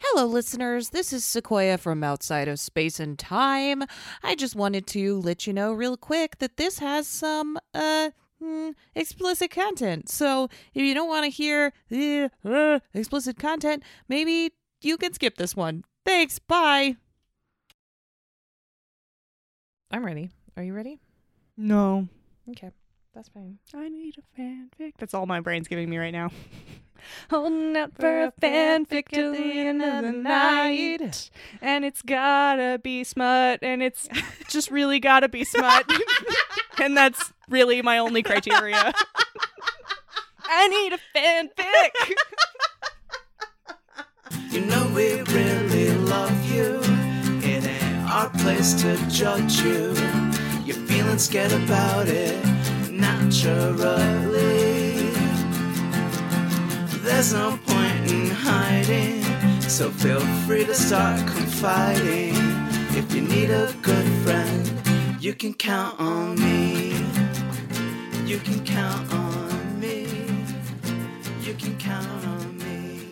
Hello, listeners. This is Sequoia from outside of space and time. I just wanted to let you know real quick that this has some uh mm, explicit content. So if you don't want to hear the uh, explicit content, maybe you can skip this one. Thanks. Bye. I'm ready. Are you ready? No. Okay, that's fine. I need a fanfic. That's all my brain's giving me right now. Holding out For a fanfic till the end of the night. And it's gotta be smut. And it's just really gotta be smut. and that's really my only criteria. I need a fanfic. You know we really love you. It ain't our place to judge you. You're feeling scared about it naturally. There's no point in hiding, so feel free to start confiding. If you need a good friend, you can count on me. You can count on me. You can count on me.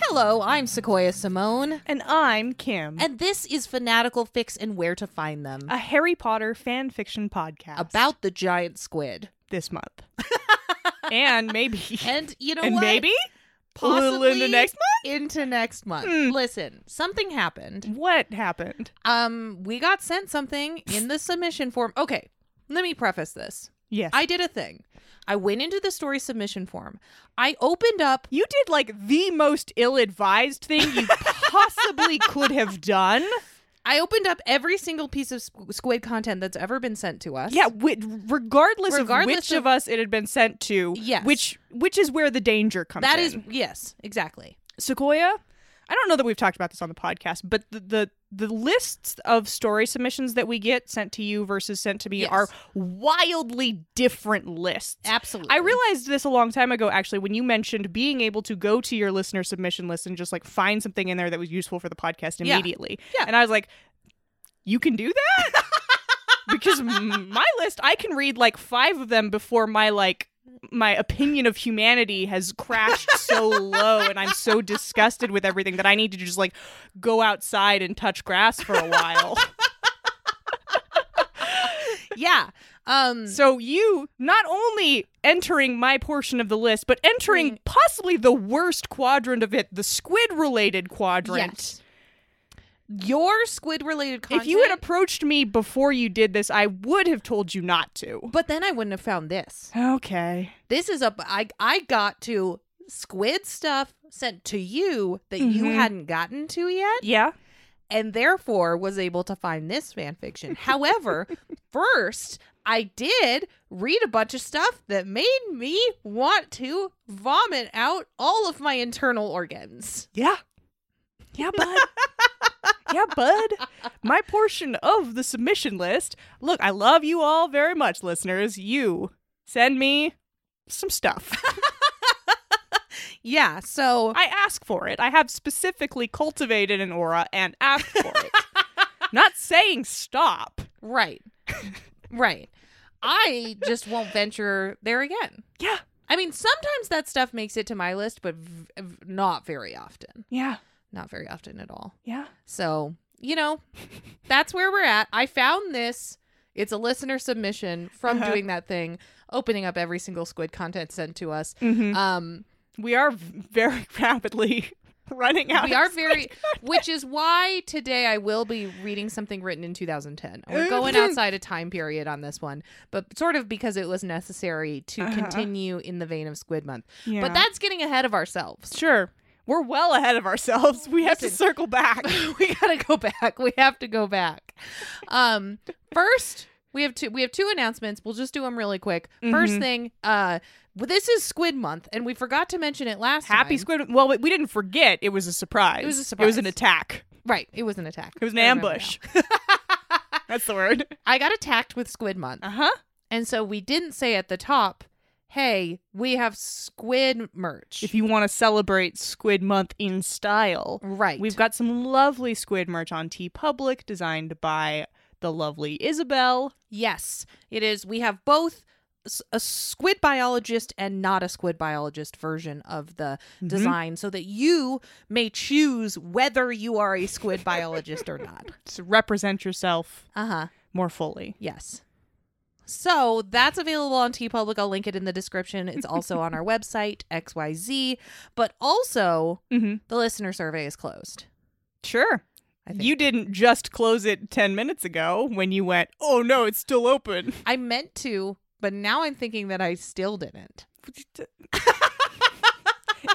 Hello, I'm Sequoia Simone, and I'm Kim, and this is Fanatical Fix and Where to Find Them a Harry Potter fan fiction podcast about the giant squid. this month. and maybe. And you know and what? maybe? possibly into next month. Into next month. Hmm. Listen, something happened. What happened? Um, we got sent something in the submission form. Okay, let me preface this. Yes. I did a thing. I went into the story submission form. I opened up. You did like the most ill advised thing you possibly could have done. I opened up every single piece of squ- squid content that's ever been sent to us. Yeah, wi- regardless, of Regardless which of- of, us it had been sent to, Yes. which which is where the danger comes that in. is yes, exactly. Sequoia. I don't know that we've talked about this on the podcast, but the the, the lists of story submissions that we get sent to you versus sent to me Yes. are wildly different lists. Absolutely. I realized this a long time ago, actually, when you mentioned being able to go to your listener submission list and just like find something in there that was useful for the podcast Yeah. immediately. Yeah. And I was like, you can do that? because m- my list, I can read like five of them before my like my opinion of humanity has crashed so low and I'm so disgusted with everything that I need to just like go outside and touch grass for a while. yeah. Um So you not only entering my portion of the list, but entering possibly the worst quadrant of it, the squid related quadrant. yes. Your squid related content If you had approached me before you did this, I would have told you not to. but then I wouldn't have found this. Okay. this is up I I got to squid stuff sent to you that you Mhm. hadn't gotten to yet Yeah. and therefore was able to find this fan fiction. However, first I did read a bunch of stuff that made me want to vomit out all of my internal organs. Yeah. Yeah, bud. yeah, bud. My portion of the submission list. Look, I love you all very much, listeners. You send me some stuff. Yeah, so I ask for it. I have specifically cultivated an aura and asked for it. Not saying stop. right. right. I just won't venture there again. Yeah. I mean, sometimes that stuff makes it to my list, but v- v- not very often. Yeah. not very often at all. Yeah. So, you know, that's where we're at. I found this. It's a listener submission from Uh-huh. doing that thing, opening up every single squid content sent to us. Mhm. Um, We are v- very rapidly running out. we of are space. very, which is why today I will be reading something written in 2010. We're going outside a time period on this one, but sort of because it was necessary to Uh-huh. continue in the vein of Squid Month. But Yeah. that's getting ahead of ourselves. sure. We're well ahead of ourselves. We have to Listen. circle back. we gotta go back. We have to go back. Um, first we have two. We have two announcements. We'll just do them really quick. First Mhm. thing, uh, well, this is Squid Month, and we forgot to mention it last. Happy time. Squid. Well, we we didn't forget. It was a surprise. It was a It was an surprise. attack. Right, it was an attack. It was an I remember ambush. now. That's the word. I got attacked with Squid Month, Uh huh. and so we didn't say at the top, "Hey, we have Squid merch." If you want to celebrate Squid Month in style, right, We've got some lovely squid merch on T Public designed by the lovely Isabel. yes, it is. We have both s- a squid biologist and not a squid biologist version of the Mm-hmm. design so that you may choose whether you are a squid biologist or not. To represent yourself Uh-huh. more fully. Yes. So that's available on TeePublic. I'll link it in the description. It's also on our website, XYZ. But also, Mhm. the listener survey is closed. Sure. I think. You didn't just close it 10 minutes ago when you went, oh no, it's still open. I meant to, but now I'm thinking that I still didn't.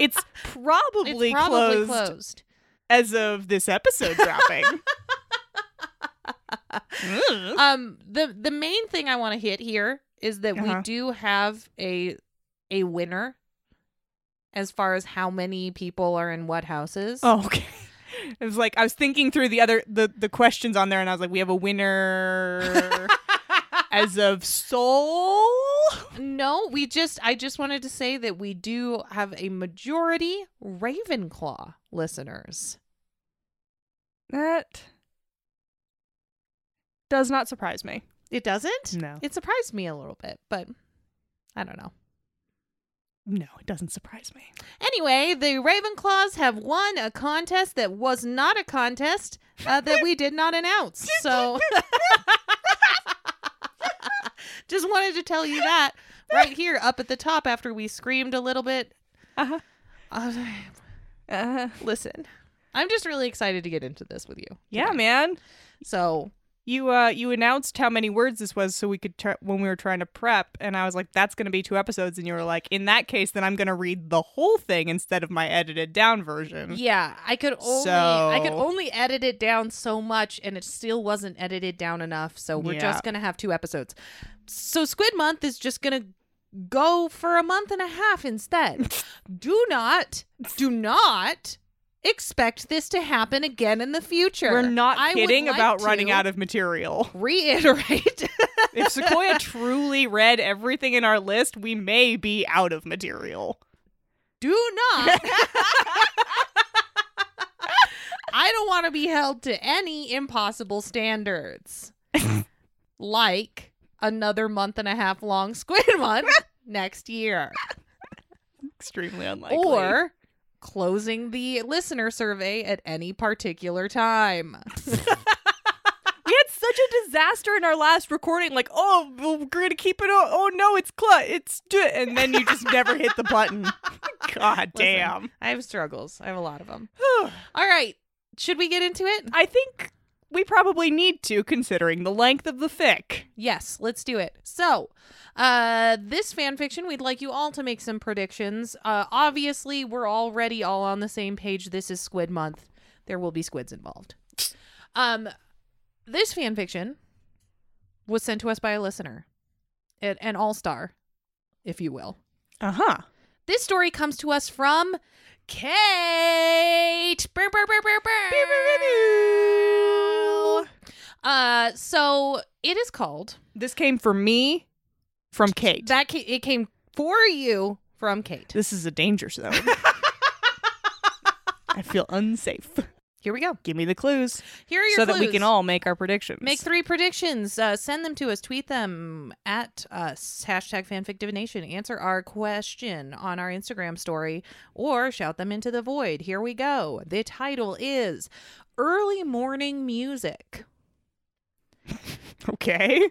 it's probably, it's probably closed, closed. as of this episode dropping. Mm. Um, the the main thing I want to hit here is that Uh-huh. we do have a a winner as far as how many people are in what houses. oh, okay. It was like I was thinking through the other the, the questions on there and I was like, we have a winner as of soul. No, we just I just wanted to say that we do have a majority Ravenclaw listeners. That does not surprise me. It doesn't? No. It surprised me a little bit, but I don't know. No, it doesn't surprise me. Anyway, the Ravenclaws have won a contest that was not a contest uh, that we did not announce. So just wanted to tell you that right here up at the top after we screamed a little bit. Uh-huh. Uh, Uh, listen, I'm just really excited to get into this with you. yeah, man. So You uh you announced how many words this was so we could try when we were trying to prep and I was like that's going to be two episodes and you were like in that case then I'm going to read the whole thing instead of my edited down version. Yeah, I could only I could Hmm? So- only edit it down so much and it still wasn't edited down enough, so we're Yeah. just going to have two episodes. So Squid Month is just going to go for a month and a half instead. do not do not expect this to happen again in the future. We're not I would kidding like about to running out of material. reiterate if Sequoia truly read everything in our list, we may be out of material. do not I don't want to be held to any impossible standards. like another month and a half long squid month next year Extremely unlikely. or closing the listener survey at any particular time. we had such a disaster in our last recording. Like, oh, well, we're gonna keep it. Oh, oh no, it's clut. It's d-, and then you just never hit the button. God Listen, damn. I have struggles. I have a lot of them. All right. Should we get into it? I think we probably need to, considering the length of the fic. Yes, let's do it. So, uh, this fan fiction, we'd like you all to make some predictions. Uh, obviously, we're already all on the same page. This is Squid Month. There will be squids involved. Um, this fan fiction was sent to us by a listener, an, an all star, if you will. Uh Uh-huh. huh. This story comes to us from Kate. Brr, brr, brr, brr, brr. Uh, so it is called This came from me, from Kate. That ca- it came for you from Kate. this is a danger zone. I feel unsafe. Here we go. Give me the clues Here are your so that we clues. can all make our predictions. make three predictions. Uh, send them to us. Tweet them at us. Hashtag fanfic divination. Answer our question on our Instagram story or shout them into the void. Here we go. The title is Early Morning Music. okay.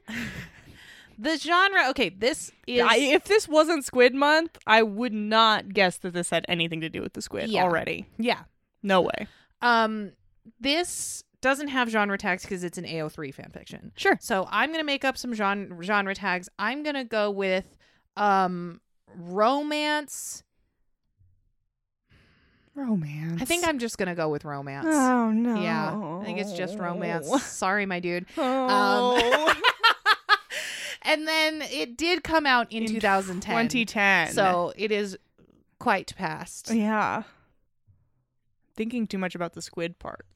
The genre. Okay, this is. I, if this wasn't Squid Month, I would not guess that this had anything to do with the squid Yeah. already. yeah. No way. Um, this doesn't have genre tags because it's an AO3 fanfiction. Sure. So I'm gonna make up some genre genre tags. I'm gonna go with um romance. Romance. I think I'm just gonna go with romance. Oh no. Yeah, I think it's just romance. Um, Sorry, my dude. Oh. and then it did come out in, In 2010. 2010. So it is quite past. yeah. Thinking too much about the squid part.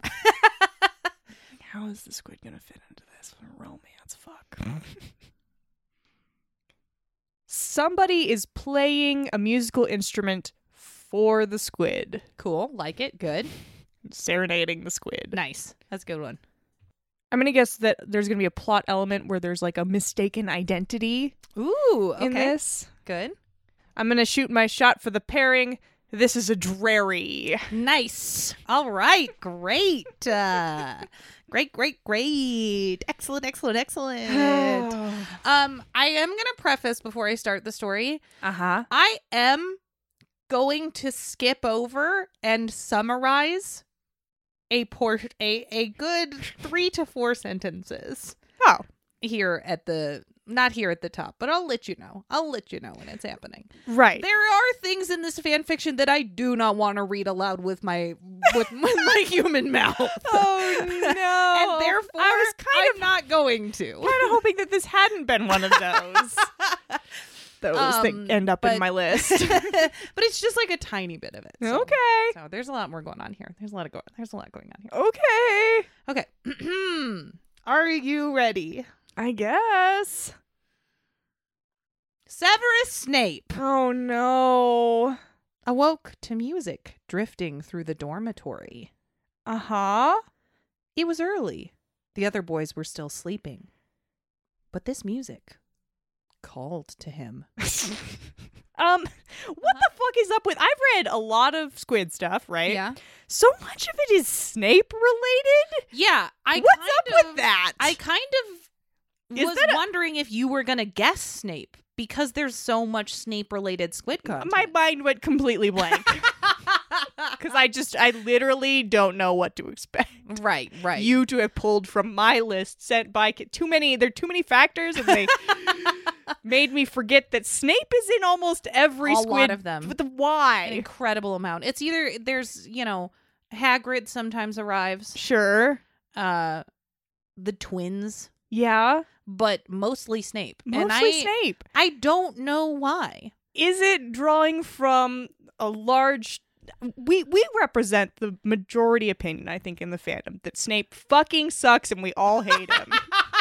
How is the squid gonna fit into this romance? Fuck. Somebody is playing a musical instrument for the squid, Cool, like it, good, serenading the squid. nice. That's a good one. I'm gonna guess that there's gonna be a plot element where there's like a mistaken identity Ooh, in this. Good. I'm gonna shoot my shot for the pairing. This is a drary. Nice. All right. Great. Uh, great, great, great. Excellent, excellent, excellent. um, I am going to preface before I start the story. Uh huh. I am going to skip over and summarize a por- a, a good three to four sentences Oh, here at the not here at the top, but I'll let you know. I'll let you know when it's happening. right. There are things in this fan fiction that I do not want to read aloud with my with my, my human mouth. oh no. and therefore I was kind I'm not going to. of kind of hoping that this hadn't been one of those. those Um, that end up but- in my list. but it's just like a tiny bit of it. so- okay. So there's a lot more going on here. There's a lot of go- there's a lot going on here. Okay. Okay. Are you ready? I guess. Severus Snape Oh no. awoke to music drifting through the dormitory. Uh huh. It was early. The other boys were still sleeping. But this music called to him. Um, what the fuck is up with? I've read a lot of squid stuff, right? So much of it is Snape related. Yeah. I What's kind up of- with that? I kind of Is was that a- wondering if you were going to guess Snape because there's so much Snape related squid content. my mind went completely blank because I just I literally don't know what to expect. right, right. You to have pulled from my list sent by Ki- too many. There are too many factors, and they made me forget that Snape is in almost every A lot squid. of them. With the an why? incredible amount. It's either there's, you know, Hagrid sometimes arrives, Sure. uh the twins, Yeah. but mostly Snape. Mostly and I Snape. I don't know why. is it drawing from a large we we represent the majority opinion i think in the fandom that snape fucking sucks and we all hate him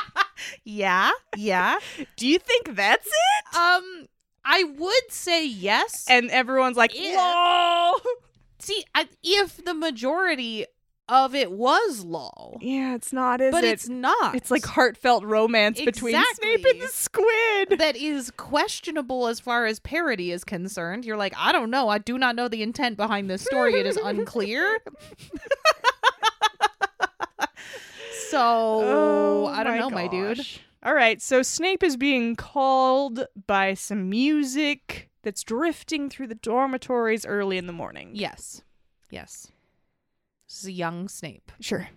Yeah, yeah. do you think that's it um I would say yes. and everyone's like If- lol See, I, if the majority of it was lol, yeah it's not is but it it's not. it's like heartfelt romance between snape and Exactly. the squid that is questionable as far as parody is concerned. You're like, I don't know. I do not know the intent behind this story. It is unclear. so I don't know, Oh my dude. gosh. all right so snape is being called by some music that's drifting through the dormitories early in the morning Yes, yes. This is a young Snape. sure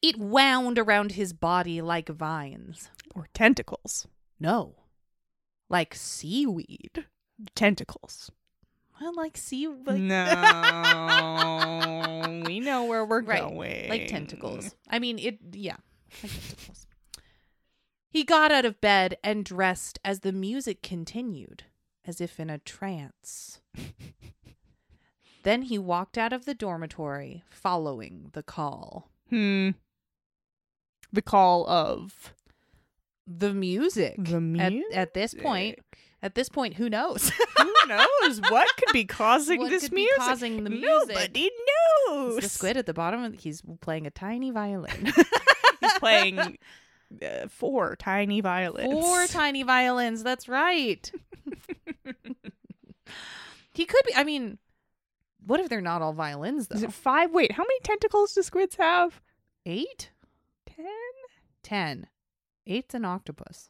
It wound around his body like vines. or tentacles. No, like seaweed. Tentacles. Well, like sea, like No, we know where we're Right, going. like tentacles. I mean, it, yeah, like tentacles. He got out of bed and dressed as the music continued, as if in a trance. then he walked out of the dormitory, following the call. Hmm. The call of The music. the At, music. at this point, at this point, who knows? who knows what could be causing What this could be music? causing the music? Nobody knows. It's the squid at the bottom. He's playing a tiny violin. He's playing uh, four tiny violins. Four tiny violins. That's right. he could be. I mean, what if they're not all violins though? Is it five? Wait, how many tentacles do squids have? Eight, Ten. ten. Eight's an octopus.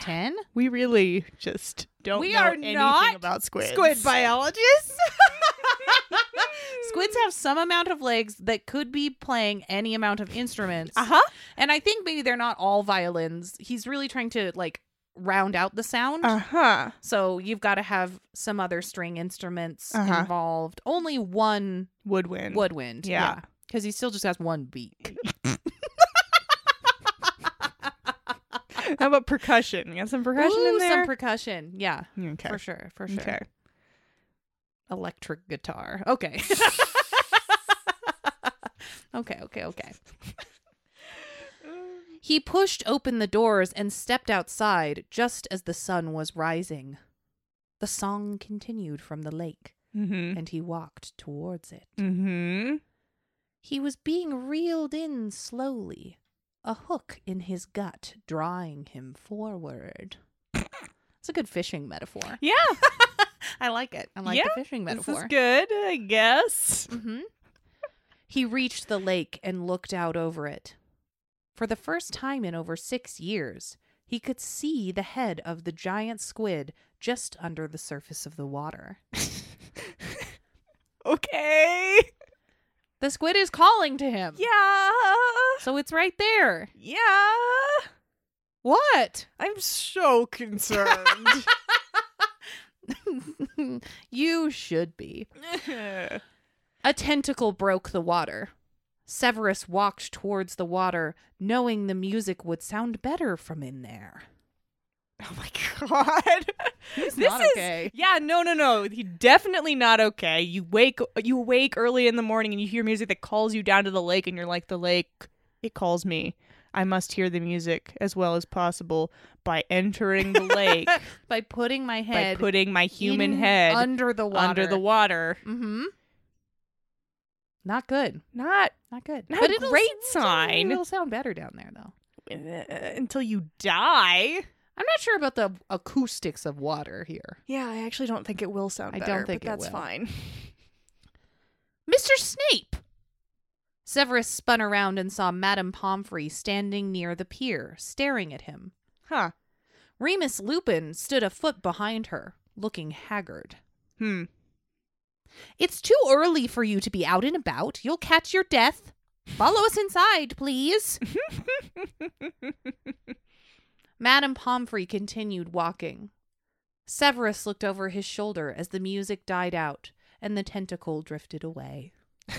Ten. We really just don't. We know are anything not about squids. biologists. Squids have some amount of legs that could be playing any amount of instruments. Uh huh. And I think maybe they're not all violins. He's really trying to like round out the sound. Uh huh. So you've got to have some other string instruments Uh-huh. involved. Only one Woodwind. woodwind. Yeah. Because he still just has one beak. How about percussion? You got some percussion in Ooh, there? Some percussion. Yeah. okay. For sure. For sure. Okay. Electric guitar. Okay. okay. Okay. Okay. He pushed open the doors and stepped outside just as the sun was rising. The song continued from the lake, Mm-hmm. and he walked towards it. Mm-hmm. He was being reeled in slowly, a hook in his gut drawing him forward. It's a good fishing metaphor. Yeah. I like it. I like Yeah, the fishing metaphor. This is good, I guess. Mm-hmm. He reached the lake and looked out over it. For the first time in over six years, he could see the head of the giant squid just under the surface of the water. Okay. The squid is calling to him. Yeah. So it's right there. Yeah. What? I'm so concerned. you should be. Oh A tentacle broke the water. Severus walked towards the water, knowing the music would sound better from in there. Oh my god. He's this not is okay. Yeah, no, no, no. He definitely not okay. You wake you wake early in the morning and you hear music that calls you down to the lake and you're like the lake it calls me. I must hear the music as well as possible by entering the lake By putting my by head putting my human in- head under the water. under the water. Mm-hmm. Not good. Not Not good. Not but a it'll- great it'll sign. It'll sound better down there, though. uh, until you die. I'm not sure about the acoustics of water here. Yeah, I actually don't think it will sound I better, don't think but it that's will. fine. Mr. Snape! Severus spun around and saw Madame Pomfrey standing near the pier, staring at him. Huh. Remus Lupin stood a foot behind her, looking haggard. Hmm. It's too early for you to be out and about. You'll catch your death. Follow us inside, please. Madame Pomfrey continued walking. Severus looked over his shoulder as the music died out and the tentacle drifted away.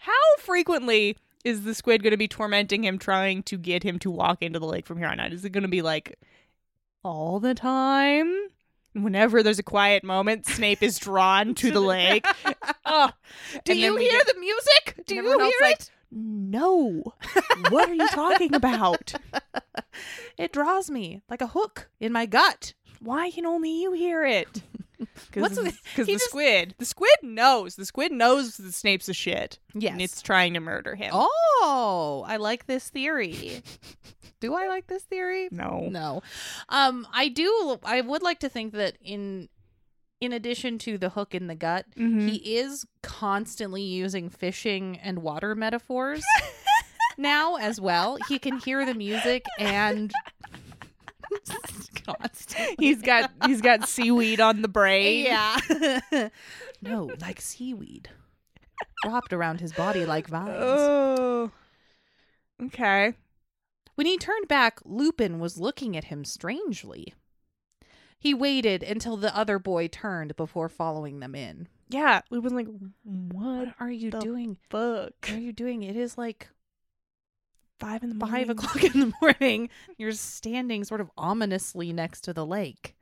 How frequently is the squid going to be tormenting him, trying to get him to walk into the lake from here on out? Is it going to be like all the time? Whenever there's a quiet moment, Snape is drawn to the lake. Oh, Do and then you we hear get- the music? Do and you everyone hear else it? like, No. What are you talking about? it draws me like a hook in my gut. Why can only you hear it? Because What's the, with- 'cause he the just- squid, the squid knows. The squid knows that Snape's a shit, Yes. and it's trying to murder him. oh, I like this theory. Do I like this theory? no. No. Um I do I would like to think that in in addition to the hook in the gut, Mhm. he is constantly using fishing and water metaphors now as well. He can hear the music and constantly. he's got he's got seaweed on the brain. Yeah. no, like seaweed. Wrapped around his body like vines. Oh. Okay. When he turned back, Lupin was looking at him strangely. He waited until the other boy turned before following them in. Yeah. We was like, what What are you the doing? What are fuck? you doing? It is like Five in the morning. five o'clock in the morning. You're standing sort of ominously next to the lake.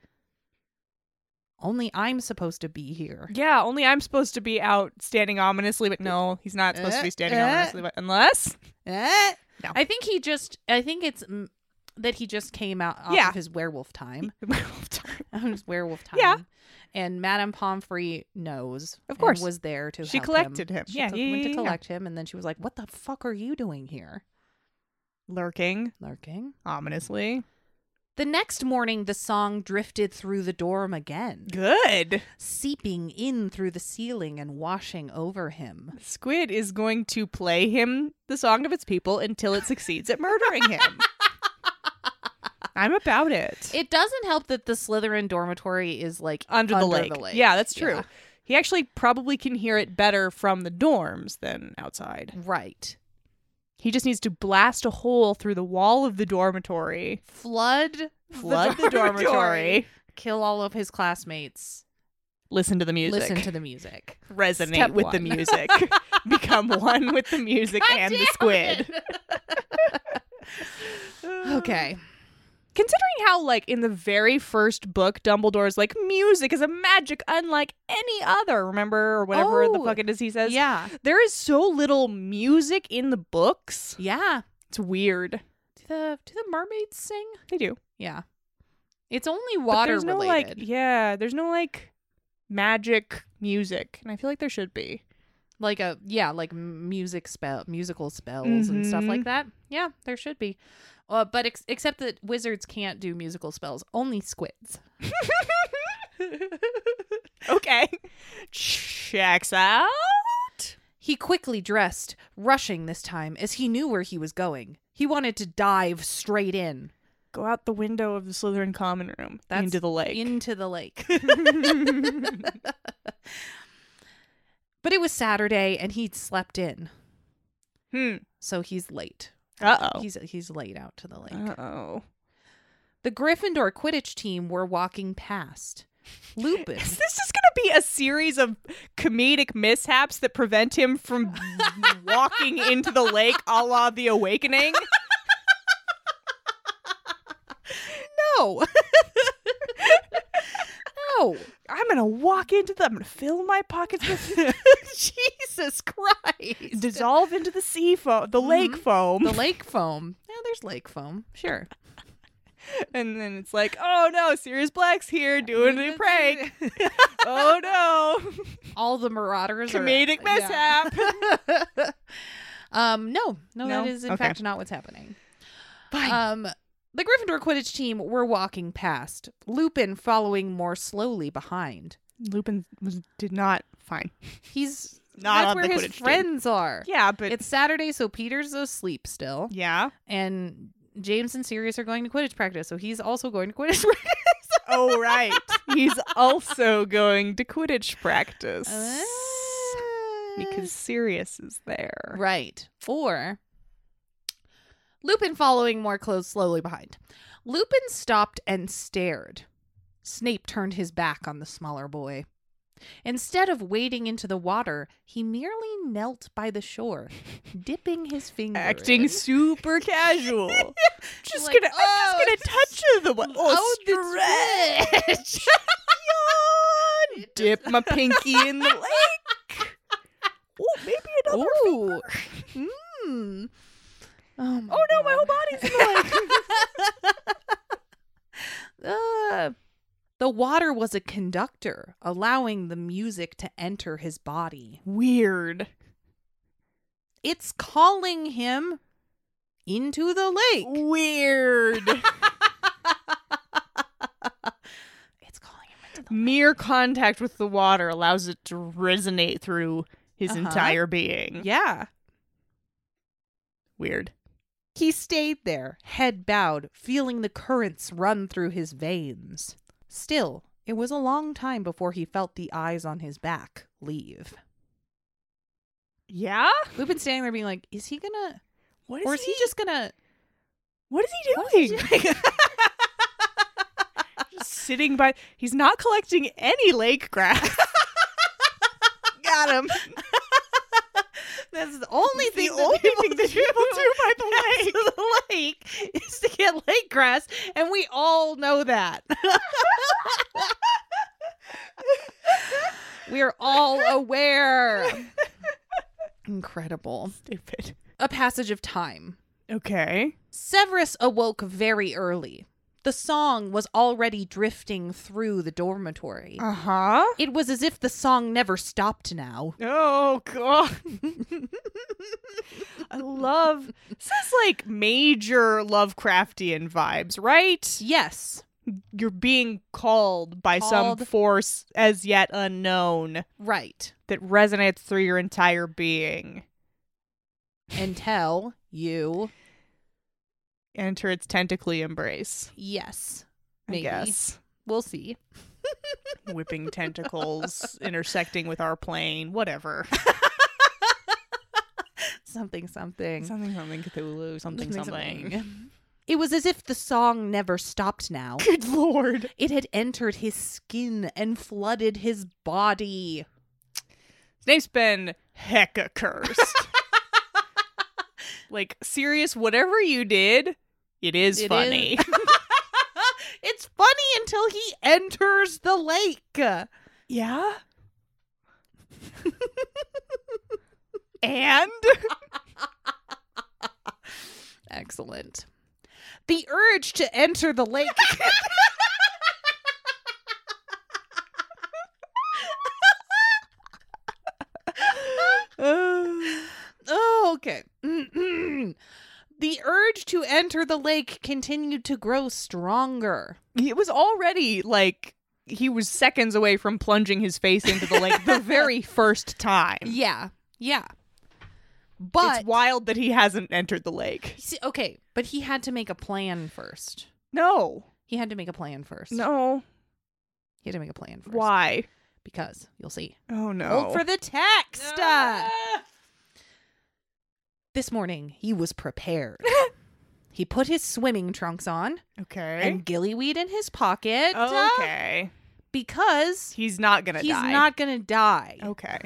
Only I'm supposed to be here. Yeah. Only I'm supposed to be out standing ominously, but no, he's not supposed to Uh, be standing uh. ominously, but unless Eh? No. I think he just. I think it's mm, that he just came out off Yeah. of his werewolf time. his werewolf time. Yeah. And Madame Pomfrey knows. Of and course. was there to. She help collected him. She Yeah, co- yeah, went to yeah, yeah. collect him, and then she was like, "What the fuck are you doing here, lurking lurking?" ominously. The next morning, the song drifted through the dorm again, Good. seeping in through the ceiling and washing over him. Squid is going to play him the song of its people until it succeeds at murdering him. I'm about it. It doesn't help that the Slytherin dormitory is like under, the, lake. Yeah, that's true. He actually probably can hear it better from the dorms than outside. Right. He just needs to blast a hole through the wall of the dormitory, Flood, flood the, dormitory, kill all of his classmates, listen to the music, listen to the music. resonate Step with the one. music, become one with the music God and the damn squid. Okay. Considering how, like, in the very first book, Dumbledore's like, music is a magic unlike any other, remember? Or whatever the Oh, fuck it is he says. Yeah. There is so little music in the books. Yeah. It's weird. Do the do the mermaids sing? They do. Yeah. It's only But water there's no like related. yeah there's no like magic music and i feel like there should be like a yeah like m- music spell musical spells and stuff Mm-hmm. like that yeah there should be uh, but ex- except that wizards can't do musical spells only squids okay. Checks out. he quickly dressed rushing this time as he knew where he was going he wanted to dive straight in Go out the window of the Slytherin common room That's into the lake. into the lake but it was saturday and he'd slept in hmm. so he's late Uh oh. he's he's laid out to the lake Uh oh. The Gryffindor Quidditch team were walking past. Lupin. Is this just going to be a series of comedic mishaps that prevent him from walking into the lake a la The Awakening? no. no. I'm going to walk into the. I'm going to fill my pockets with. Jesus Christ. dissolve into the sea foam, the lake foam. the lake foam. Yeah, there's lake foam. Sure. And then it's like, oh no, Sirius Black's here doing a prank. oh no, All the marauders are- comedic yeah. mishap. Um, no, no, No? that is in Okay. fact not what's happening. Fine. Um, the Gryffindor Quidditch team were walking past, Lupin following more slowly behind. Lupin was, did not. Fine. He's Not that's on where the his Quidditch team. friends are. Yeah, but It's Saturday, so Peter's asleep still. yeah. and James and Sirius are going to Quidditch practice, so he's also going to Quidditch practice. Oh right, he's also going to Quidditch practice Uh, because Sirius is there. right or Lupin following more close slowly behind. Lupin stopped and stared. Snape turned his back on the smaller boy. Instead of wading into the water, he merely knelt by the shore, dipping his finger. Acting in. super casual. just Like, gonna, oh, I'm just gonna touch the wa- Oh, stretch. the stretch. Yeah, dip my pinky in the lake. Oh, maybe another. Ooh. Mm. Oh, my Hmm. Oh no, my God. whole body's in the lake. Uh, the water was a conductor, allowing the music to enter his body. Weird. It's calling him into the lake. Weird. It's calling him into the Mere contact with the water allows it to resonate through his Uh-huh. entire being. Yeah. Weird. He stayed there, head bowed, feeling the currents run through his veins. Still, it was a long time before he felt the eyes on his back leave. Yeah. Lupin's standing there being like, is he gonna What or is he, just gonna What is what he is he doing? just sitting by. He's not collecting any lake grass. Got him. That's the only the thing only that people thing do that people do by the lake. to the lake is to get lake grass, and we all know that. We're all aware. Incredible. Stupid. A passage of time. Okay. Severus awoke very early. The song was already drifting through the dormitory. Uh huh. It was as if the song never stopped now. Oh god. I love this is like major Lovecraftian vibes, right? Yes. You're being called by some Called. force as yet unknown Right. that resonates through your entire being. Until you Enter its tentacly embrace. Yes. I Maybe. guess. We'll see. Whipping tentacles intersecting with our plane, whatever. Something, something. Something something Cthulhu, something something. something. It was as if the song never stopped now. Good lord. It had entered his skin and flooded his body. Snape's been hecka cursed. like, serious, whatever you did, it is It is- funny. it's funny until he enters the lake. Yeah. and Excellent. The urge to enter the lake. Oh, Okay. the urge to enter the lake continued to grow stronger. It was already like he was seconds away from plunging his face into the lake the very first time. Yeah. Yeah. But it's wild that he hasn't entered the lake. See, okay, but he had to make a plan first. No. He had to make a plan first. No. He had to make a plan first. Why? Because you'll see. Oh no. Hold for the text. Uh, Ah! This morning, he was prepared. he put his swimming trunks on Okay. and gillyweed in his pocket uh, okay. because He's not gonna he's die. not going to die. Okay.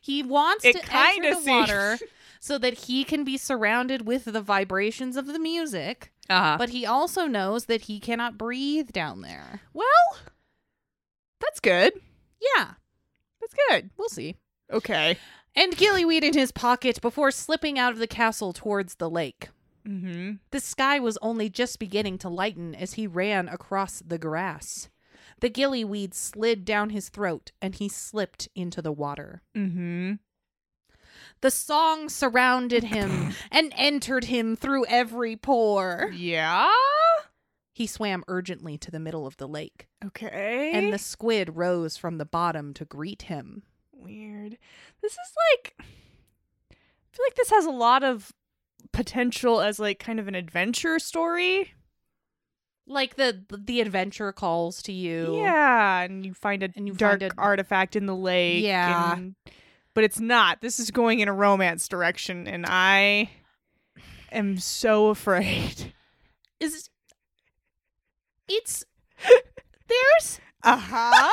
He wants It to kinda enter the seems- water so that he can be surrounded with the vibrations of the music, Uh-huh. but he also knows that he cannot breathe down there. well, that's good. Yeah, That's good. we'll see. Okay. and gillyweed in his pocket before slipping out of the castle towards the lake. Mm-hmm. The sky was only just beginning to lighten as he ran across the grass. The gillyweed slid down his throat and he slipped into the water. Mm-hmm. The song surrounded him and entered him through every pore. Yeah. He swam urgently to the middle of the lake, Okay. and the squid rose from the bottom to greet him. weird. This is like I feel like this has a lot of potential as like kind of an adventure story. Like the the adventure calls to you. Yeah, and you find a And you dark find a- artifact in the lake. Yeah. and- but it's not. This is going in a romance direction, and I am so afraid. is it's there's Uh huh.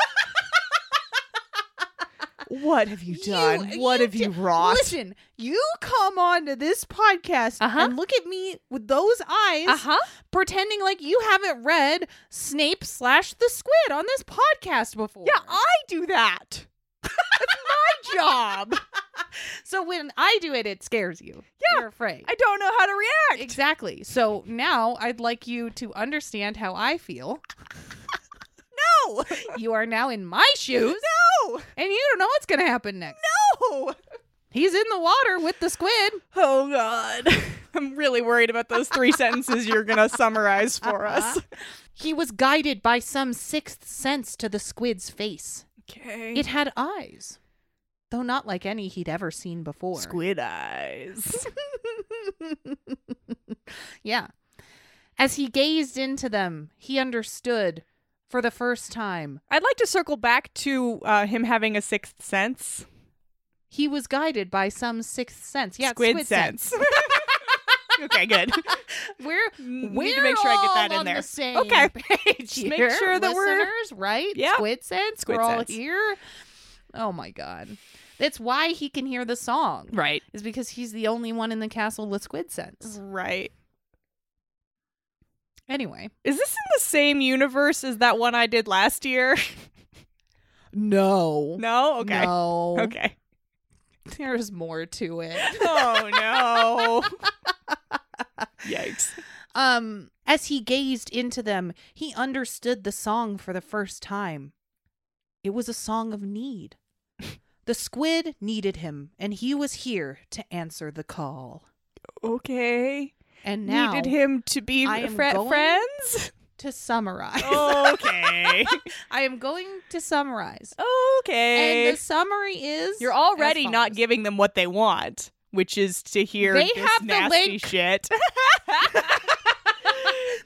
what have you You- done? what you have you wrought? listen you come on to this podcast Uh-huh. and look at me with those eyes huh. pretending like you haven't read snape slash the squid on this podcast before Yeah, I do that. That's my job. so when i do it it scares you Yeah. you're afraid I don't know how to react. exactly so now i'd like you to understand how i feel No. you are now in my shoes No. and you don't know what's gonna happen next No. he's in the water with the squid Oh God. I'm really worried about those three sentences you're gonna summarize for us. He was guided by some sixth sense to the squid's face. Okay. It had eyes, though not like any he'd ever seen before. Squid eyes. yeah. As he gazed into them, he understood for the first time. I'd like to circle back to uh, him having a sixth sense. He was guided by some sixth sense. Yeah, it's squid, squid sense. okay, good. We're Mm, Need we're to make sure I get that all in on there. The same Okay. page Just make here, sure that we're- listeners, right. Yeah. squid sense. Squid we're all sense. here. Oh my god, that's why he can hear the song. Right. Is because he's the only one in the castle with squid Mm-hmm. sense. Right. Anyway, Is this in the same universe as that one I did last year? no, No? Okay. no, Okay. There's more to it. Oh no. Yikes. Um, as he gazed into them, he understood the song for the first time. It was a song of need. The squid needed him, and he was here to answer the call. Okay. And now, needed him to be I am fri- going- friends. to summarize, Oh. Okay. I am going to summarize. okay. And the summary is You're already as not follows. giving them what they want, which is to hear They this have the nasty link. shit.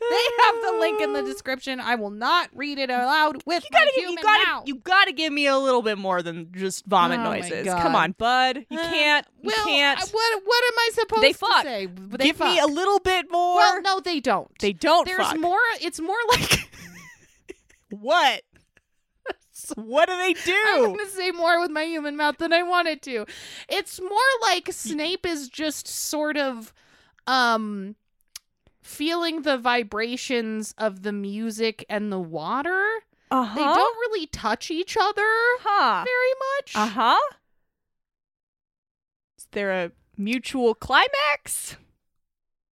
They have the link in the description. I will not read it aloud with You gotta, my give, you, human gotta, mouth. you gotta give me a little bit more than just vomit Oh my noises. God. Come on, bud. You Uh, can't. You well, can't. I- what what am I supposed They to fuck. say? They give me a fuck. little bit more. Well, no, they don't. They don't There's fuck. more. It's more like What? what do they I'm do? going to say more with my human mouth than I wanted to. It's more like Snape is just sort of um feeling the vibrations of the music and the water. Uh They don't really touch each other Huh. very much. Uh huh. Is there a mutual climax?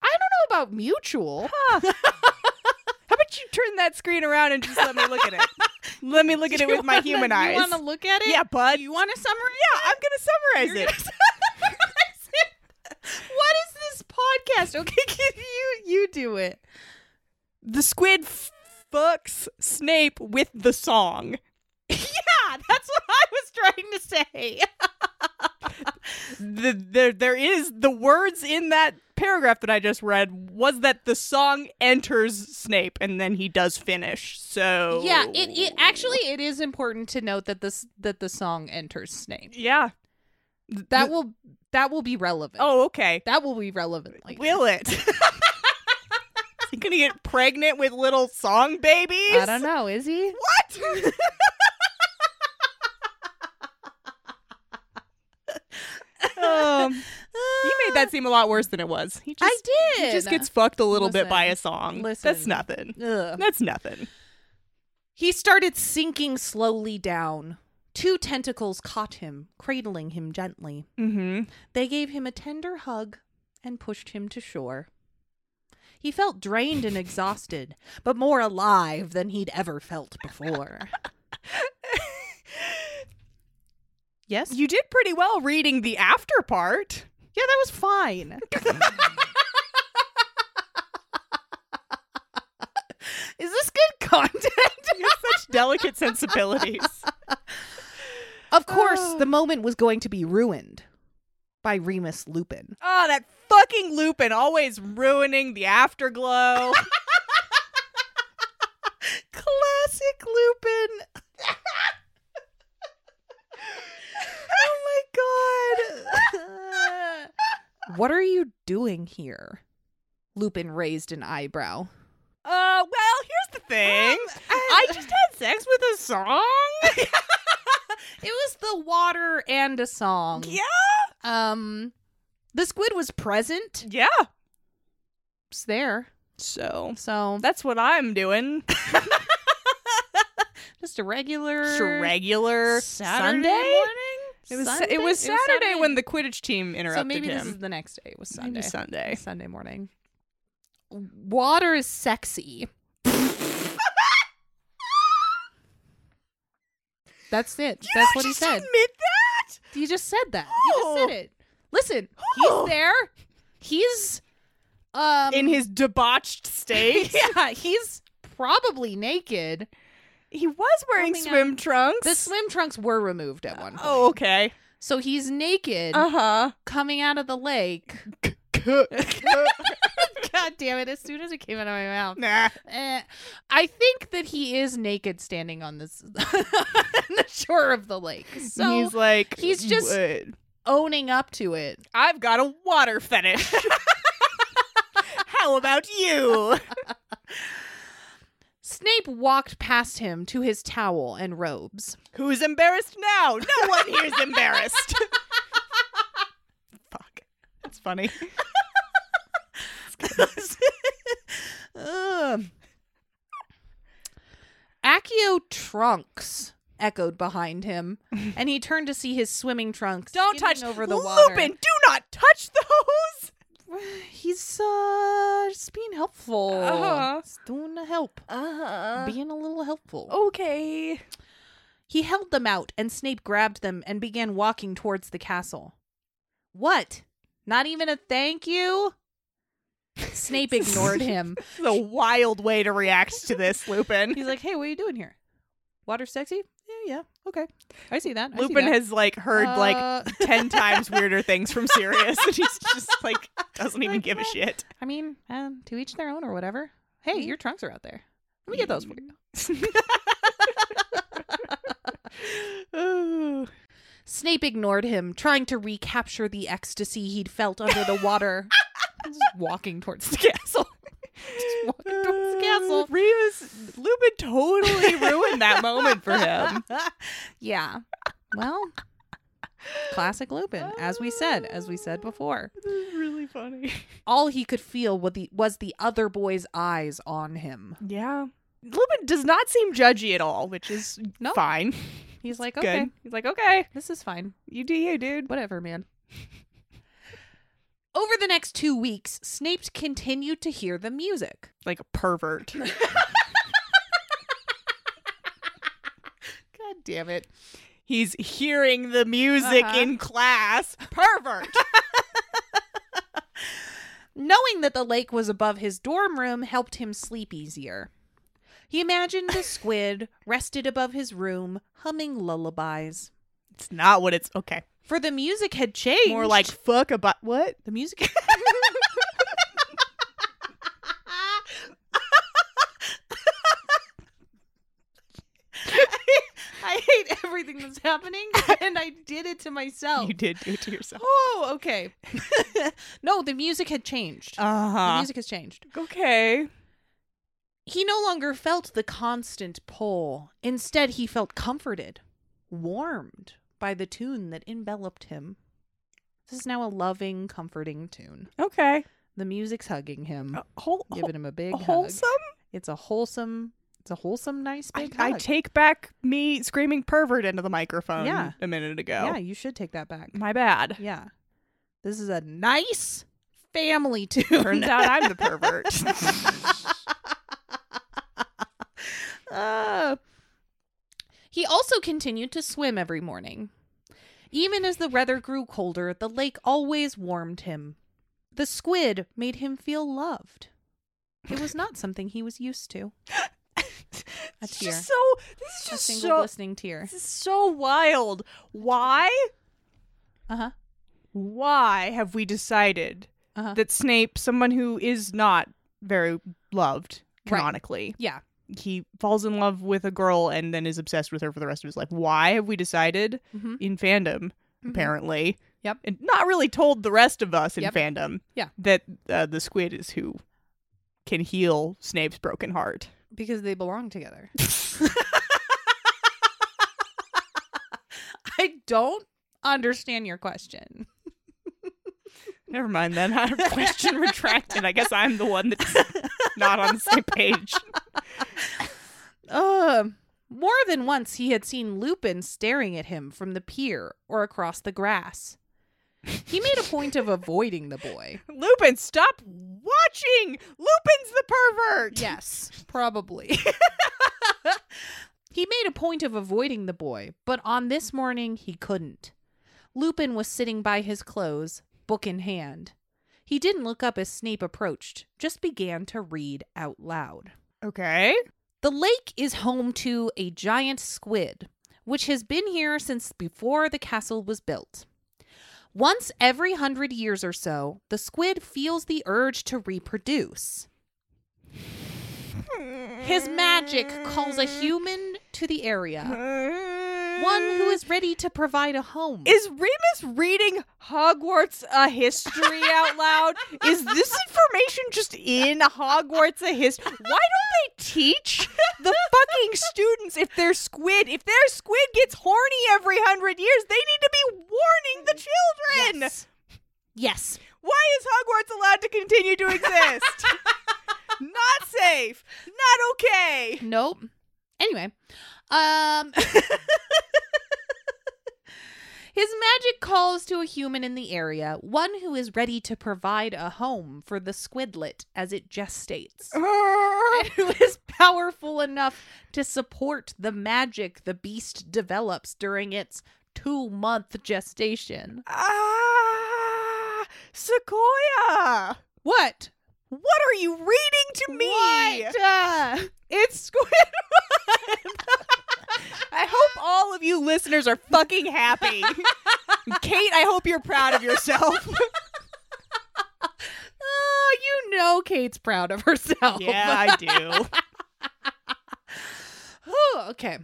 I don't know about mutual. Huh. How about you turn that screen around and just let me look at it? Let me look at it with my human You eyes. want to look at it? Yeah, bud. You want to summarize? yeah, I'm gonna summarize it. podcast. Okay, you you do it. The squid f- fucks Snape with the song. Yeah, that's what I was trying to say. The, there, there is the words in that paragraph that I just read was that the song enters Snape and then he does finish. So Yeah, it, it Oh. actually it is important to note that this that the song enters Snape. yeah. That will that will be relevant. Oh, okay. that will be relevant. Later. Will it? Is he gonna get pregnant with little song babies? I don't know. Is he? What? um, you made that seem a lot worse than it was. He just, Uh, I did. he just gets fucked a little bit by a Listen. song. That's Listen. nothing. Ugh. That's nothing. He started sinking slowly down. Two tentacles caught him, cradling him gently. Mm-hmm. They gave him a tender hug and pushed him to shore. He felt drained and exhausted, but more alive than he'd ever felt before. yes? You did pretty well reading the after part. yeah, that was fine. Is this good content? You have such delicate sensibilities. Of course, Oh. the moment was going to be ruined by Remus Lupin. Oh, that fucking Lupin always ruining the afterglow. Classic Lupin. oh my god. what are you doing here? Lupin raised an eyebrow. Uh, well, here's the thing. Um, I just had sex with a song. It was the water and a song. yeah. Um the squid was present. Yeah. It's there. So So that's what I'm doing. just a regular Just a regular Saturday Sunday. morning? It was Sunday? it was Saturday, Sunday. when the Quidditch team interrupted So maybe him. this is the next day. It was Sunday. Maybe Sunday. Sunday morning. Water is sexy. That's it. That's what he said. Admit that. He just said that. He just Oh. said it. Listen, Oh. he's there. He's um In his debauched state, yeah, he's probably naked. he was wearing Coming swim trunks. The swim trunks were removed at one point. oh, okay. So he's naked Uh coming out of the lake. huh. God damn it, as soon as it came out of my mouth. nah. Eh, I think that he is naked standing on this on the shore of the lake. So he's like he's just- "What? owning up to it. I've got a water fetish. How about you? Snape walked past him to his towel and robes. Who's embarrassed now? No one here's embarrassed. Fuck. That's funny. Ugh. Accio trunks echoed behind him, and he turned to see his swimming trunks. Don't skimming touch over the Lupin, do not touch those. water. He's uh just being helpful. Uh-huh. He's doing the help. Uh being a little helpful. okay. He held them out, and Snape grabbed them and began walking towards the castle. What? Not even a thank you? Snape ignored him. This is a wild way to react to this, Lupin. He's like, hey, what are you doing here? Water sexy? Yeah, yeah. Okay. I see that. I see Lupin that. has like heard like Uh, ten times weirder things from Sirius, and he's just like doesn't even give a shit. I mean, um, to each their own or whatever. Hey, your trunks are out there. Let me get those for you. Ooh. Snape ignored him, trying to recapture the ecstasy he'd felt under the water. Just walking towards the castle. Just walking towards the castle. Remus Uh, Lupin totally ruined that moment for him. yeah. Well, classic Lupin, as we said, as we said before. This is really funny. All he could feel was the was the other boy's eyes on him. Yeah. Lupin does not seem judgy at all, which is No. fine. He's like, okay, Good. He's like, okay, this is fine. you do you, dude. Whatever, man. Over the next two weeks, Snape continued to hear the music. Like a pervert. God damn it. He's hearing the music Uh-huh. in class. Pervert. Knowing that the lake was above his dorm room helped him sleep easier. He imagined the squid rested above his room, humming lullabies. It's not what it's okay. For the music had changed. More like fuck about what? the music. I hate everything that's happening, and I did it to myself. You did do it to yourself. Oh, okay. no, the music had changed. Uh The huh. music has changed. Okay. He no longer felt the constant pull. Instead, he felt comforted, warmed by the tune that enveloped him. This is now a loving, comforting tune. Okay. The music's hugging him, Uh, whole, whole, giving him Mm. a big wholesome. hug. It's a wholesome, it's a wholesome, nice I, big I hug. take back me screaming pervert into the microphone Yeah. a minute ago. yeah, you should take that back. My bad. Yeah, this is a nice family tune. Turns out I'm the pervert. Ah. he also continued to swim every morning. Even as the weather grew colder, the lake always warmed him. The squid made him feel loved. It was not something he was used to. A it's tear. just so. This is A just single so. glistening tear. This is so wild. Why? Uh huh. Why have we decided Uh-huh. that Snape, someone who is not very loved Right. canonically, Yeah. he falls in love with a girl and then is obsessed with her for the rest of his life? Why have we decided Mhm. in fandom, apparently, Yep. and not really told the rest of us in Yep. fandom, Yeah. that uh, the squid is who can heal Snape's broken heart? Because they belong together. I don't understand your question. Never mind then. I have a question retracted. I guess I'm the one that's not on the same page. Uh, more than once he had seen Lupin staring at him from the pier or across the grass. He made a point of avoiding the boy. Lupin, stop watching! Lupin's the pervert! Yes, probably. he made a point of avoiding the boy, but on this morning he couldn't. Lupin was sitting by his clothes, book in hand. He didn't look up as Snape approached, just began to read out loud. Okay. The lake is home to a giant squid, which has been here since before the castle was built. Once every hundred years or so, the squid feels the urge to reproduce. His magic calls a human to the area, one who is ready to provide a home. Is Remus reading Hogwarts a history out loud? Is this information just in Hogwarts a history? Why don't they teach the fucking students if their squid if their squid gets horny every hundred years, they need to be warning the children? yes. yes. Why is Hogwarts allowed to continue to exist? not safe. Not okay. Nope. Anyway, um His magic calls to a human in the area, one who is ready to provide a home for the squidlet as it gestates, and who is powerful enough to support the magic the beast develops during its two month gestation. Ah, Sequoia. What? What are you reading to me? What? Uh, It's Squidward. I hope all of you listeners are fucking happy. Kate, I hope you're proud of yourself. oh, you know Kate's proud of herself. I do. Whew, okay.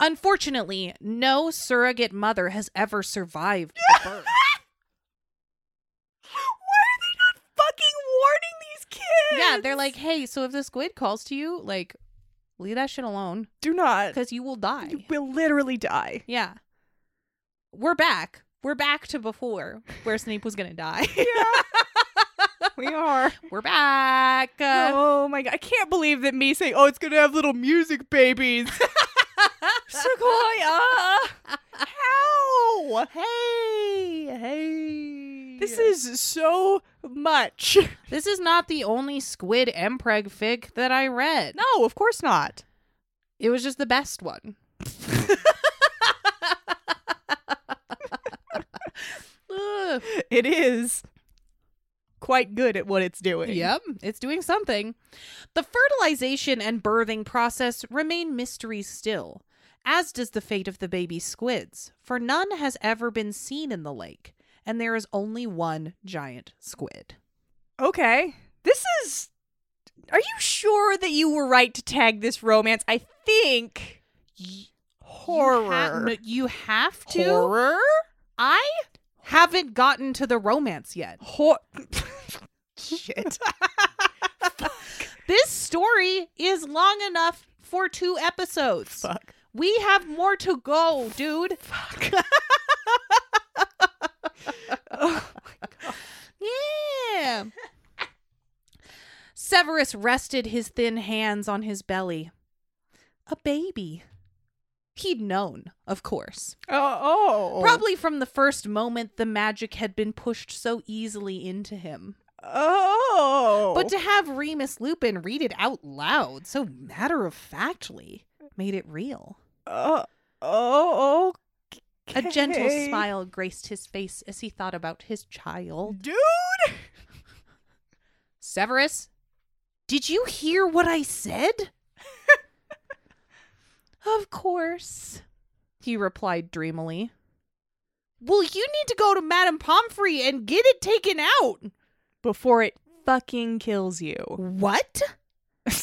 Unfortunately, no surrogate mother has ever survived the birth. Why are they not fucking warning these kids? yeah, they're like, hey, so if the squid calls to you, like, leave that shit alone do not. because you will You die. will literally die. Yeah. We're back. We're back to before where Snape was going to die. we are. We're back. Uh, oh my god. I can't believe that me saying, oh, it's gonna have little music babies. Sequoia! How? Hey, hey. This is so much. This is not the only squid empreg fic that I read. No, of course not. It was just the best one. Ugh. It is quite good at what it's doing. Yep, it's doing something. The fertilization and birthing process remain mysteries still, as does the fate of the baby squids, for none has ever been seen in the lake, and there is only one giant squid. Okay. This is. Are you sure that you were right to tag this romance? I think horror. You, ha- no, you have to. horror. I haven't gotten to the romance yet. Hor- Shit. This story is long enough for two episodes. Fuck. We have more to go, dude. Oh, Yeah. Severus rested his thin hands on his belly. A baby. He'd known, of course. oh. Probably from the first moment the magic had been pushed so easily into him. Oh. But to have Remus Lupin read it out loud, so matter of factly, made it real. oh. Oh. A gentle okay. smile graced his face as he thought about his child. Dude. Severus, did you hear what I said? of course, he replied dreamily. Well, you need to go to Madame Pomfrey and get it taken out. Before it fucking kills you. What?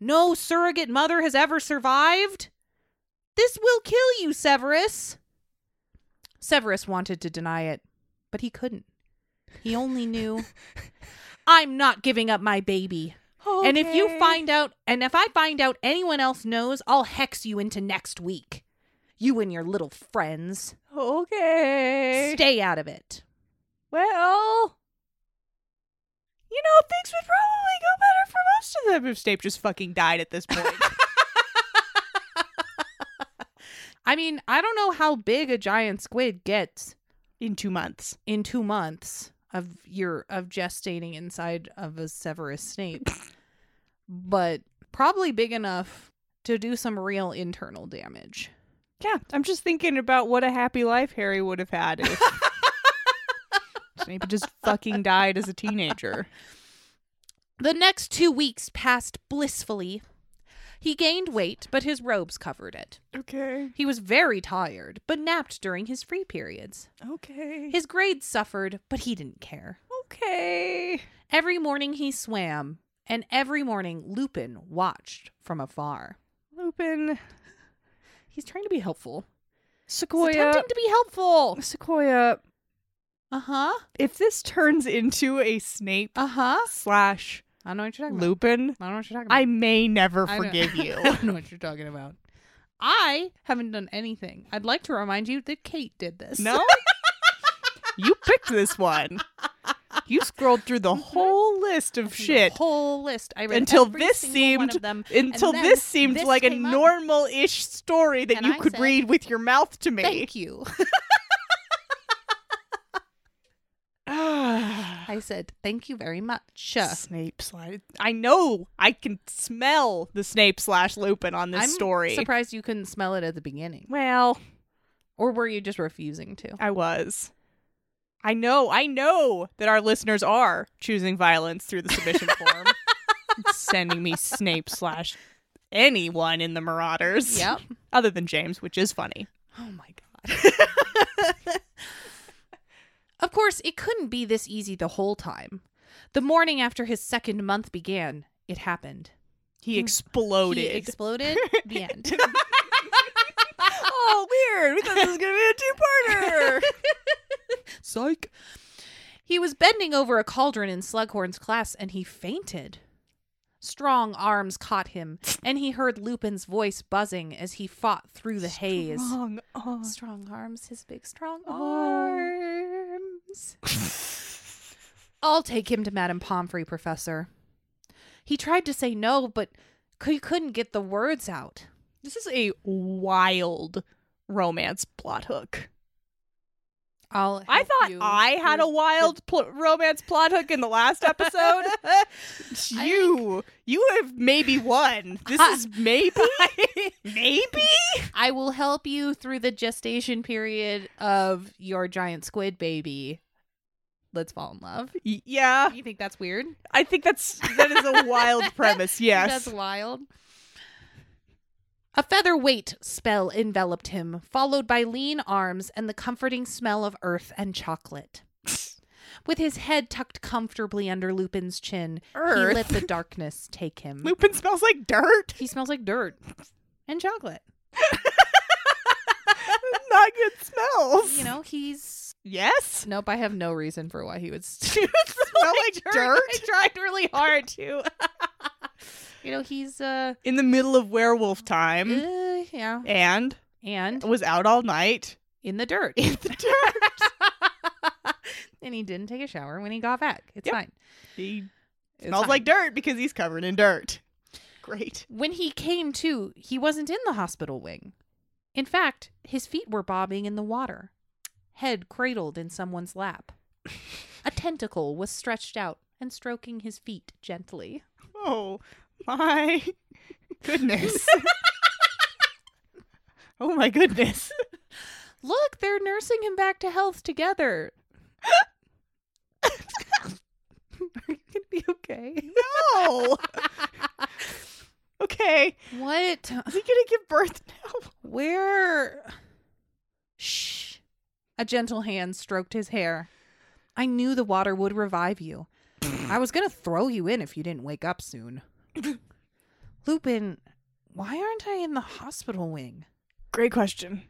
no surrogate mother has ever survived? This will kill you, Severus. Severus wanted to deny it, but he couldn't. He only knew I'm not giving up my baby. And if you Okay. find out, and if I find out anyone else knows, I'll hex you into next week. You and your little friends. Okay. Stay out of it. Well, you know, things would probably go better for most of them if Snape just fucking died at this point. I mean, I don't know how big a giant squid gets. In two months. in two months of your of gestating inside of a Severus Snape, but probably big enough to do some real internal damage. Yeah, I'm just thinking about what a happy life Harry would have had if Snape had just fucking died as a teenager. The next two weeks passed blissfully. He gained weight, but his robes covered it. Okay. He was very tired, but napped during his free periods. Okay. His grades suffered, but he didn't care. okay. Every morning he swam, and every morning Lupin watched from afar. Lupin. He's trying to be helpful. He's Sequoia. attempting to be helpful. Sequoia. Uh huh. If this turns into a Snape Uh huh. slash I don't know what you're talking about. Lupin, I don't know what you're talking about. I may never I don't- forgive you. I don't know what you're talking about. I haven't done anything. I'd like to remind you that Kate did this. No? you picked this one. You scrolled through the whole list of The shit Mm-hmm. whole list. I read until every this single one seemed of them, and until then this seemed this like a came up. normal-ish story that And you I could said, read with your mouth to me. Thank you. Ah, I said thank you very much. Snape slash. I know. I can smell the Snape slash Lupin on this I'm story. surprised you couldn't smell it at the beginning, Well, or were you just refusing to? I was. I know. I know that our listeners are choosing violence through the submission form, sending me Snape slash anyone in the Marauders. Yep. other than James, which is funny. Oh my god. of course, it couldn't be this easy the whole time. The morning after his second month began, it happened. Mm. He He- exploded. He exploded. the end. oh, weird. We thought this was going to be a two-parter. Psych. He was bending over a cauldron in Slughorn's class and he fainted. Strong arms caught him, and he heard Lupin's voice buzzing as he fought through the haze. Strong arm. Strong arms, his big strong Oh. arms. I'll take him to Madame Pomfrey, Professor. He tried to say no, but he couldn't get the words out. This is a wild romance plot hook. I'll. I help thought you I had a through- wild pl- romance plot hook in the last episode. you, you have maybe won. This is maybe, maybe. I will help you through the gestation period of your giant squid baby let's fall in love. Y- yeah, You think that's weird? I think that's that is a wild premise. Yes. That's wild. A featherweight spell enveloped him, followed by lean arms and the comforting smell of earth and chocolate. With his head tucked comfortably under Lupin's chin, he let Earth? the darkness take him. Lupin smells like dirt. he smells like dirt and chocolate. Not good smells. You know, he's. Yes. Nope, I have no reason for why he would smell Smell like I dirt. tried really hard to. you know, he's, uh, In the middle of werewolf time, uh, yeah. and And was out all night. in the dirt. In the dirt. and he didn't take a shower when he got back. It's Yep. fine. He It's smells fine. like dirt because he's covered in dirt. Great. when he came to, he wasn't in the hospital wing. In fact, his feet were bobbing in the water, head cradled in someone's lap. a tentacle was stretched out and stroking his feet gently. Oh my goodness. oh my goodness. Look, they're nursing him back to health together. Are you gonna be okay? No. okay. What? Is he gonna give birth now? Where? Shh. A gentle hand stroked his hair. I knew the water would revive you. I was going to throw you in if you didn't wake up soon. Lupin, why aren't I in the hospital wing? Great question.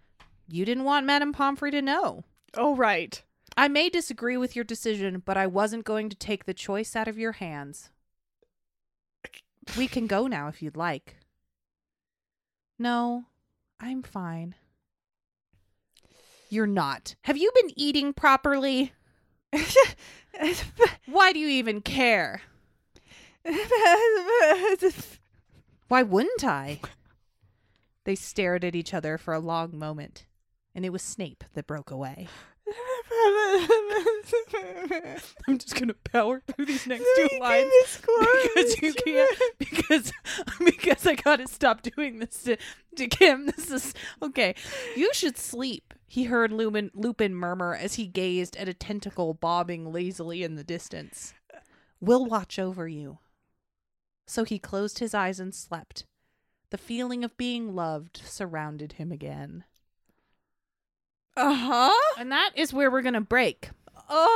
You didn't want Madame Pomfrey to know. Oh right. I may disagree with your decision, but I wasn't going to take the choice out of your hands. We can go now if you'd like. No, I'm fine. You're not. Have you been eating properly? Why do you even care? Why wouldn't I? They stared at each other for a long moment, and it was Snape that broke away. I'm just gonna power through these next two lines because you can't because because I gotta stop doing this to, to Kim. This is okay. You should sleep. He heard Lupin, Lupin murmur as he gazed at a tentacle bobbing lazily in the distance. We'll watch over you. So he closed his eyes and slept. The feeling of being loved surrounded him again. Uh huh. And that is where we're gonna break. Uh uh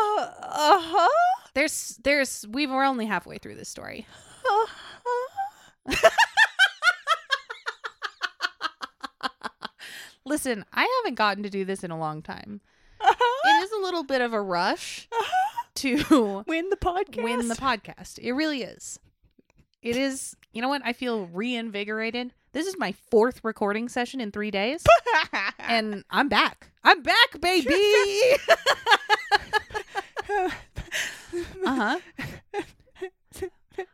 huh. There's there's we were only halfway through this story. Uh-huh. Listen, I haven't gotten to do this in a long time. Uh-huh. It is a little bit of a rush to Win the podcast. win the podcast. It really is. It is. You know what? I feel reinvigorated. This is my fourth recording session in three days, and I'm back. I'm back, baby. uh huh.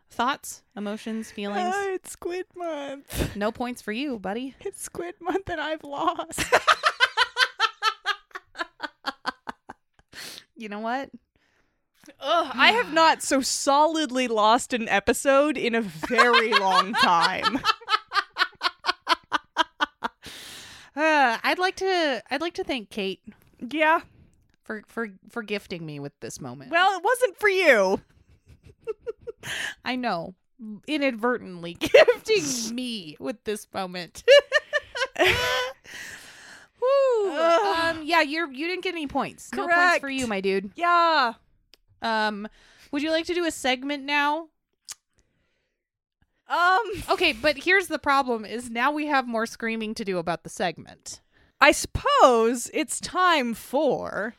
Thoughts, emotions, feelings. Oh, it's Squid Month. No points for you, buddy. It's Squid Month, and I've lost. You know what? Ugh, I have not so solidly lost an episode in a very long time. Uh, I'd like to. I'd like to thank Kate Yeah. for for for gifting me with this moment. Well, it wasn't for you. I know, inadvertently gifting me with this moment. Woo. Ugh. Um, yeah, you're you didn't get any points. No points for Correct. you, my dude. Yeah. Um, would you like to do a segment now? Um, Okay, but here's the problem: is now we have more screaming to do about the segment. I suppose it's time for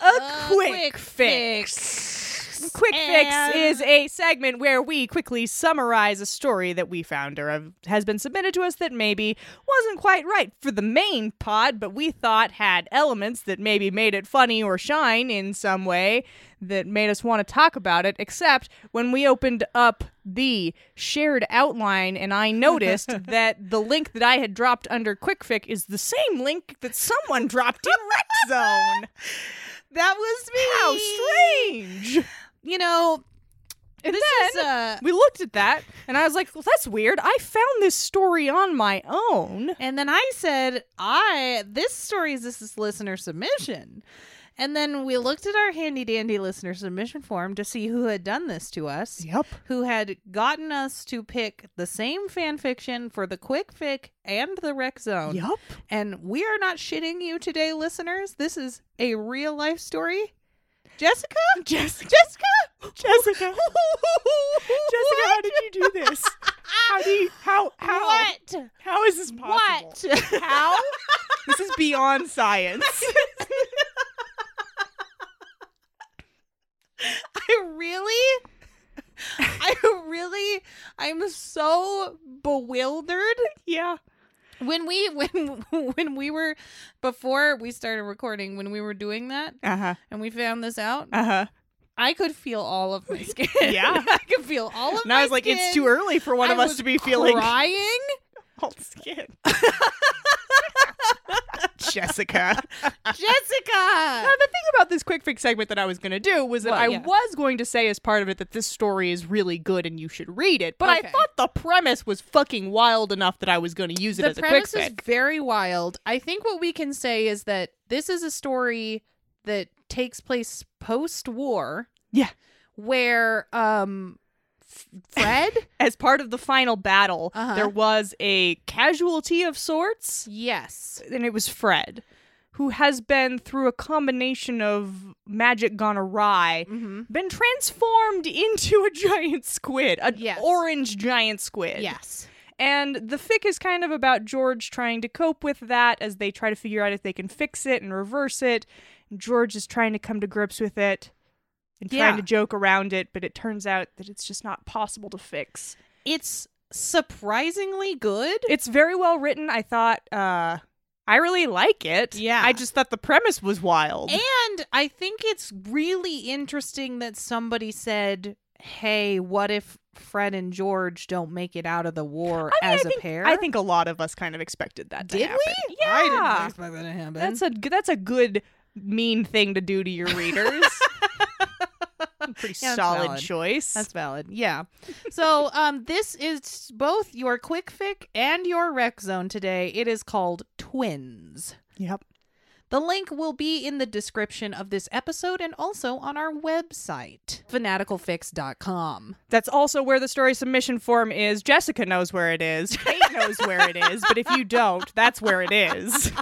a quick, fix. Quick And- fix is a segment where we quickly summarize a story that we found or have- has been submitted to us that maybe wasn't quite right for the main pod, but we thought had elements that maybe made it funny or shine in some way that made us want to talk about it. Except when we opened up the shared outline, and I noticed that the link that I had dropped under quick fix is the same link that someone dropped in Rec Zone. That was me. How strange! You know, And this then is uh, we looked at that, and I was like, "Well, that's weird. I found this story on my own." And then I said, I this story is this is listener submission. And then we looked at our handy dandy listener submission form to see who had done this to us, Yep. who had gotten us to pick the same fan fiction for the Quick Fic and the Rec Zone. Yep. And we are not shitting you today, listeners. This is a real life story. Jessica? Jessica. Jessica. Jessica. Jessica, how did you do this? How do you, how how What? how is this possible? What? How? this is beyond science. I really, I really, I'm so bewildered. yeah. When we when when we were before we started recording, when we were doing that, Uh huh. and we found this out, Uh huh. I could feel all of my skin. Yeah. I could feel all of. And I was like, it's too early for one of us to be feeling crying. old skin. Jessica. Jessica. Now, Uh, the thing about this quick fix segment that I was going to do was that Well, I yeah. was going to say as part of it that this story is really good and you should read it, but Okay. I thought the premise was fucking wild enough that I was going to use it the as a quick premise is fix. very wild. I think what we can say is that this is a story that takes place post-war. Yeah. where um, F- Fred. As part of the final battle, Uh-huh. there was a casualty of sorts, yes. and it was Fred, who has been through a combination of magic gone awry. Mm-hmm. Been transformed into a giant squid, an Yes. orange giant squid. Yes. And the fic is kind of about George trying to cope with that as they try to figure out if they can fix it and reverse it. And George is trying to come to grips with it and Yeah. trying to joke around it, but it turns out that it's just not possible to fix. It's surprisingly good. It's very well written. I thought, uh, I really like it. Yeah. I just thought the premise was wild. And I think it's really interesting that somebody said, "Hey, what if Fred and George don't make it out of the war I mean, as I think, a pair?" I think a lot of us kind of expected that. to Did happen. we? Yeah. I didn't expect that to happen. That's a g- that's a good mean thing to do to your readers. Pretty Yeah, that's solid valid. choice. That's valid. Yeah. So, um, this is both your quick fic and your rec zone today. It is called Twins. yep. The link will be in the description of this episode and also on our website, fanaticalfix.com. That's also where the story submission form is. Jessica knows where it is. Kate knows where it is. But if you don't, that's where it is.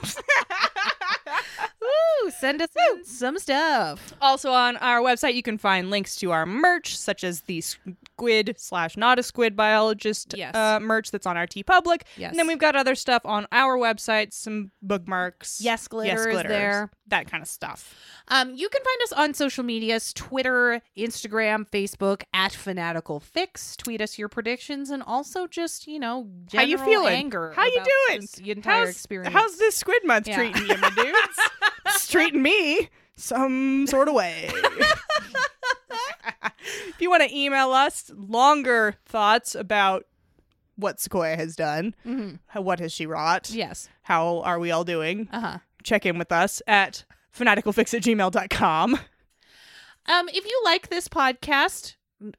Ooh, send us in some stuff. also on our website, you can find links to our merch, such as the squid slash not a squid biologist Yes. uh, merch that's on our T Public. Yes. And then we've got other stuff on our website, some bookmarks. Yes, glitter yes, is glitters, there. That kind of stuff. Um, you can find us on social medias Twitter, Instagram, Facebook, at Fanatical Fix. Tweet us your predictions and also just, you know, How you general feeling? anger. How you about doing? this entire how's, experience. How's this squid month Yeah. treating you, my dudes? it's treating me some sort of way. if you want to email us longer thoughts about what Sequoia has done, Mhm. how- what has she wrought, Yes. how are we all doing, Uh huh. check in with us at fanaticalfix at gmail.com. Um, if you like this podcast uh,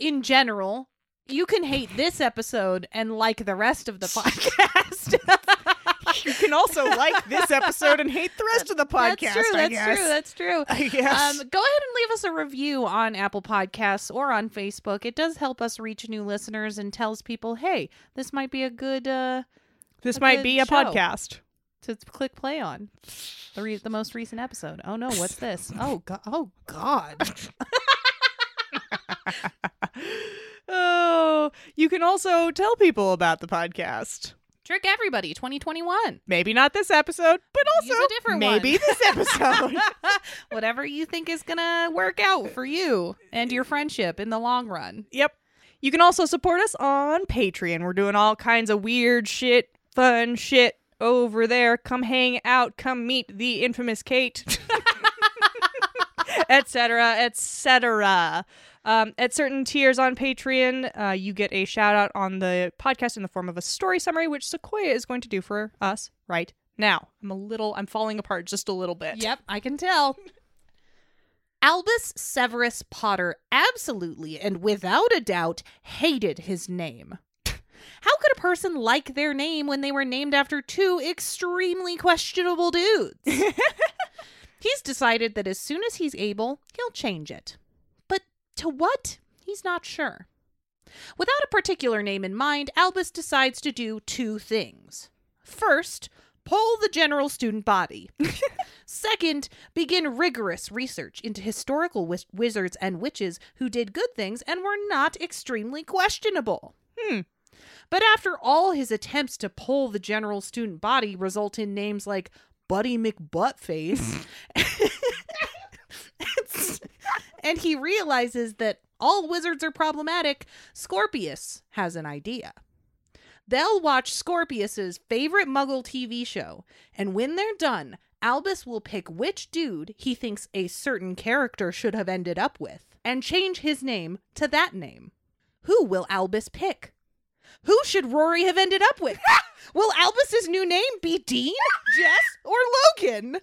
in general, you can hate this episode and like the rest of the podcast. You can also like this episode and hate the rest of the podcast. that's true. I That's guess. true. That's true. I guess. Um, go ahead and leave us a review on Apple Podcasts or on Facebook. It does help us reach new listeners and tells people, hey, this might be a good uh, this a might good be a show. podcast. to click play on. The, re- the most recent episode. Oh no, what's this? Oh god! Oh god! Oh, you can also tell people about the podcast. Trick everybody, 2021. Maybe not this episode, but also Use a different maybe one. this episode. Whatever you think is gonna work out for you and your friendship in the long run. yep. You can also support us on Patreon. We're doing all kinds of weird shit, fun shit over there. Come hang out, come meet the infamous Kate. etc etc um, at certain tiers on patreon uh, you get a shout out on the podcast in the form of a story summary which sequoia is going to do for us right now i'm a little i'm falling apart just a little bit Yep, I can tell. Albus Severus Potter absolutely and without a doubt hated his name. How could a person like their name when they were named after two extremely questionable dudes? He's decided that as soon as he's able, he'll change it. But to what? He's not sure. Without a particular name in mind, Albus decides to do two things. First, poll the general student body. Second, begin rigorous research into historical wiz- wizards and witches who did good things and were not extremely questionable. Hmm. But after all his attempts to pull the general student body result in names like Buddy McButtface, and he realizes that all wizards are problematic, Scorpius has an idea. They'll watch Scorpius's favorite muggle TV show, and when they're done, Albus will pick which dude he thinks a certain character should have ended up with and change his name to that name. Who will Albus pick? Who should Rory have ended up with? will Albus's new name be Dean, Jess, or Logan?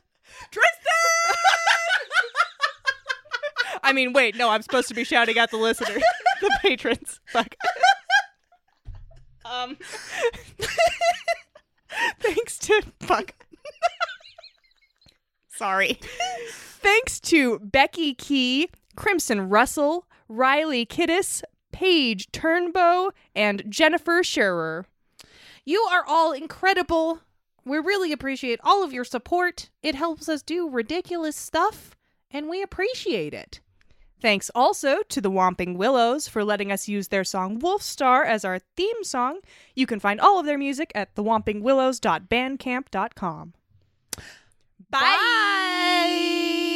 Tristan! I mean, wait, no, I'm supposed to be shouting out the listeners, the patrons. Fuck. um. thanks to fuck. Sorry. Thanks to Becky Key, Crimson Russell, Riley Kittis, Paige Turnbow, and Jennifer Scherer. You are all incredible. We really appreciate all of your support. It helps us do ridiculous stuff, and we appreciate it. Thanks also to the Whomping Willows for letting us use their song Wolf Star as our theme song. You can find all of their music at thewompingwillows.bandcamp.com. Bye.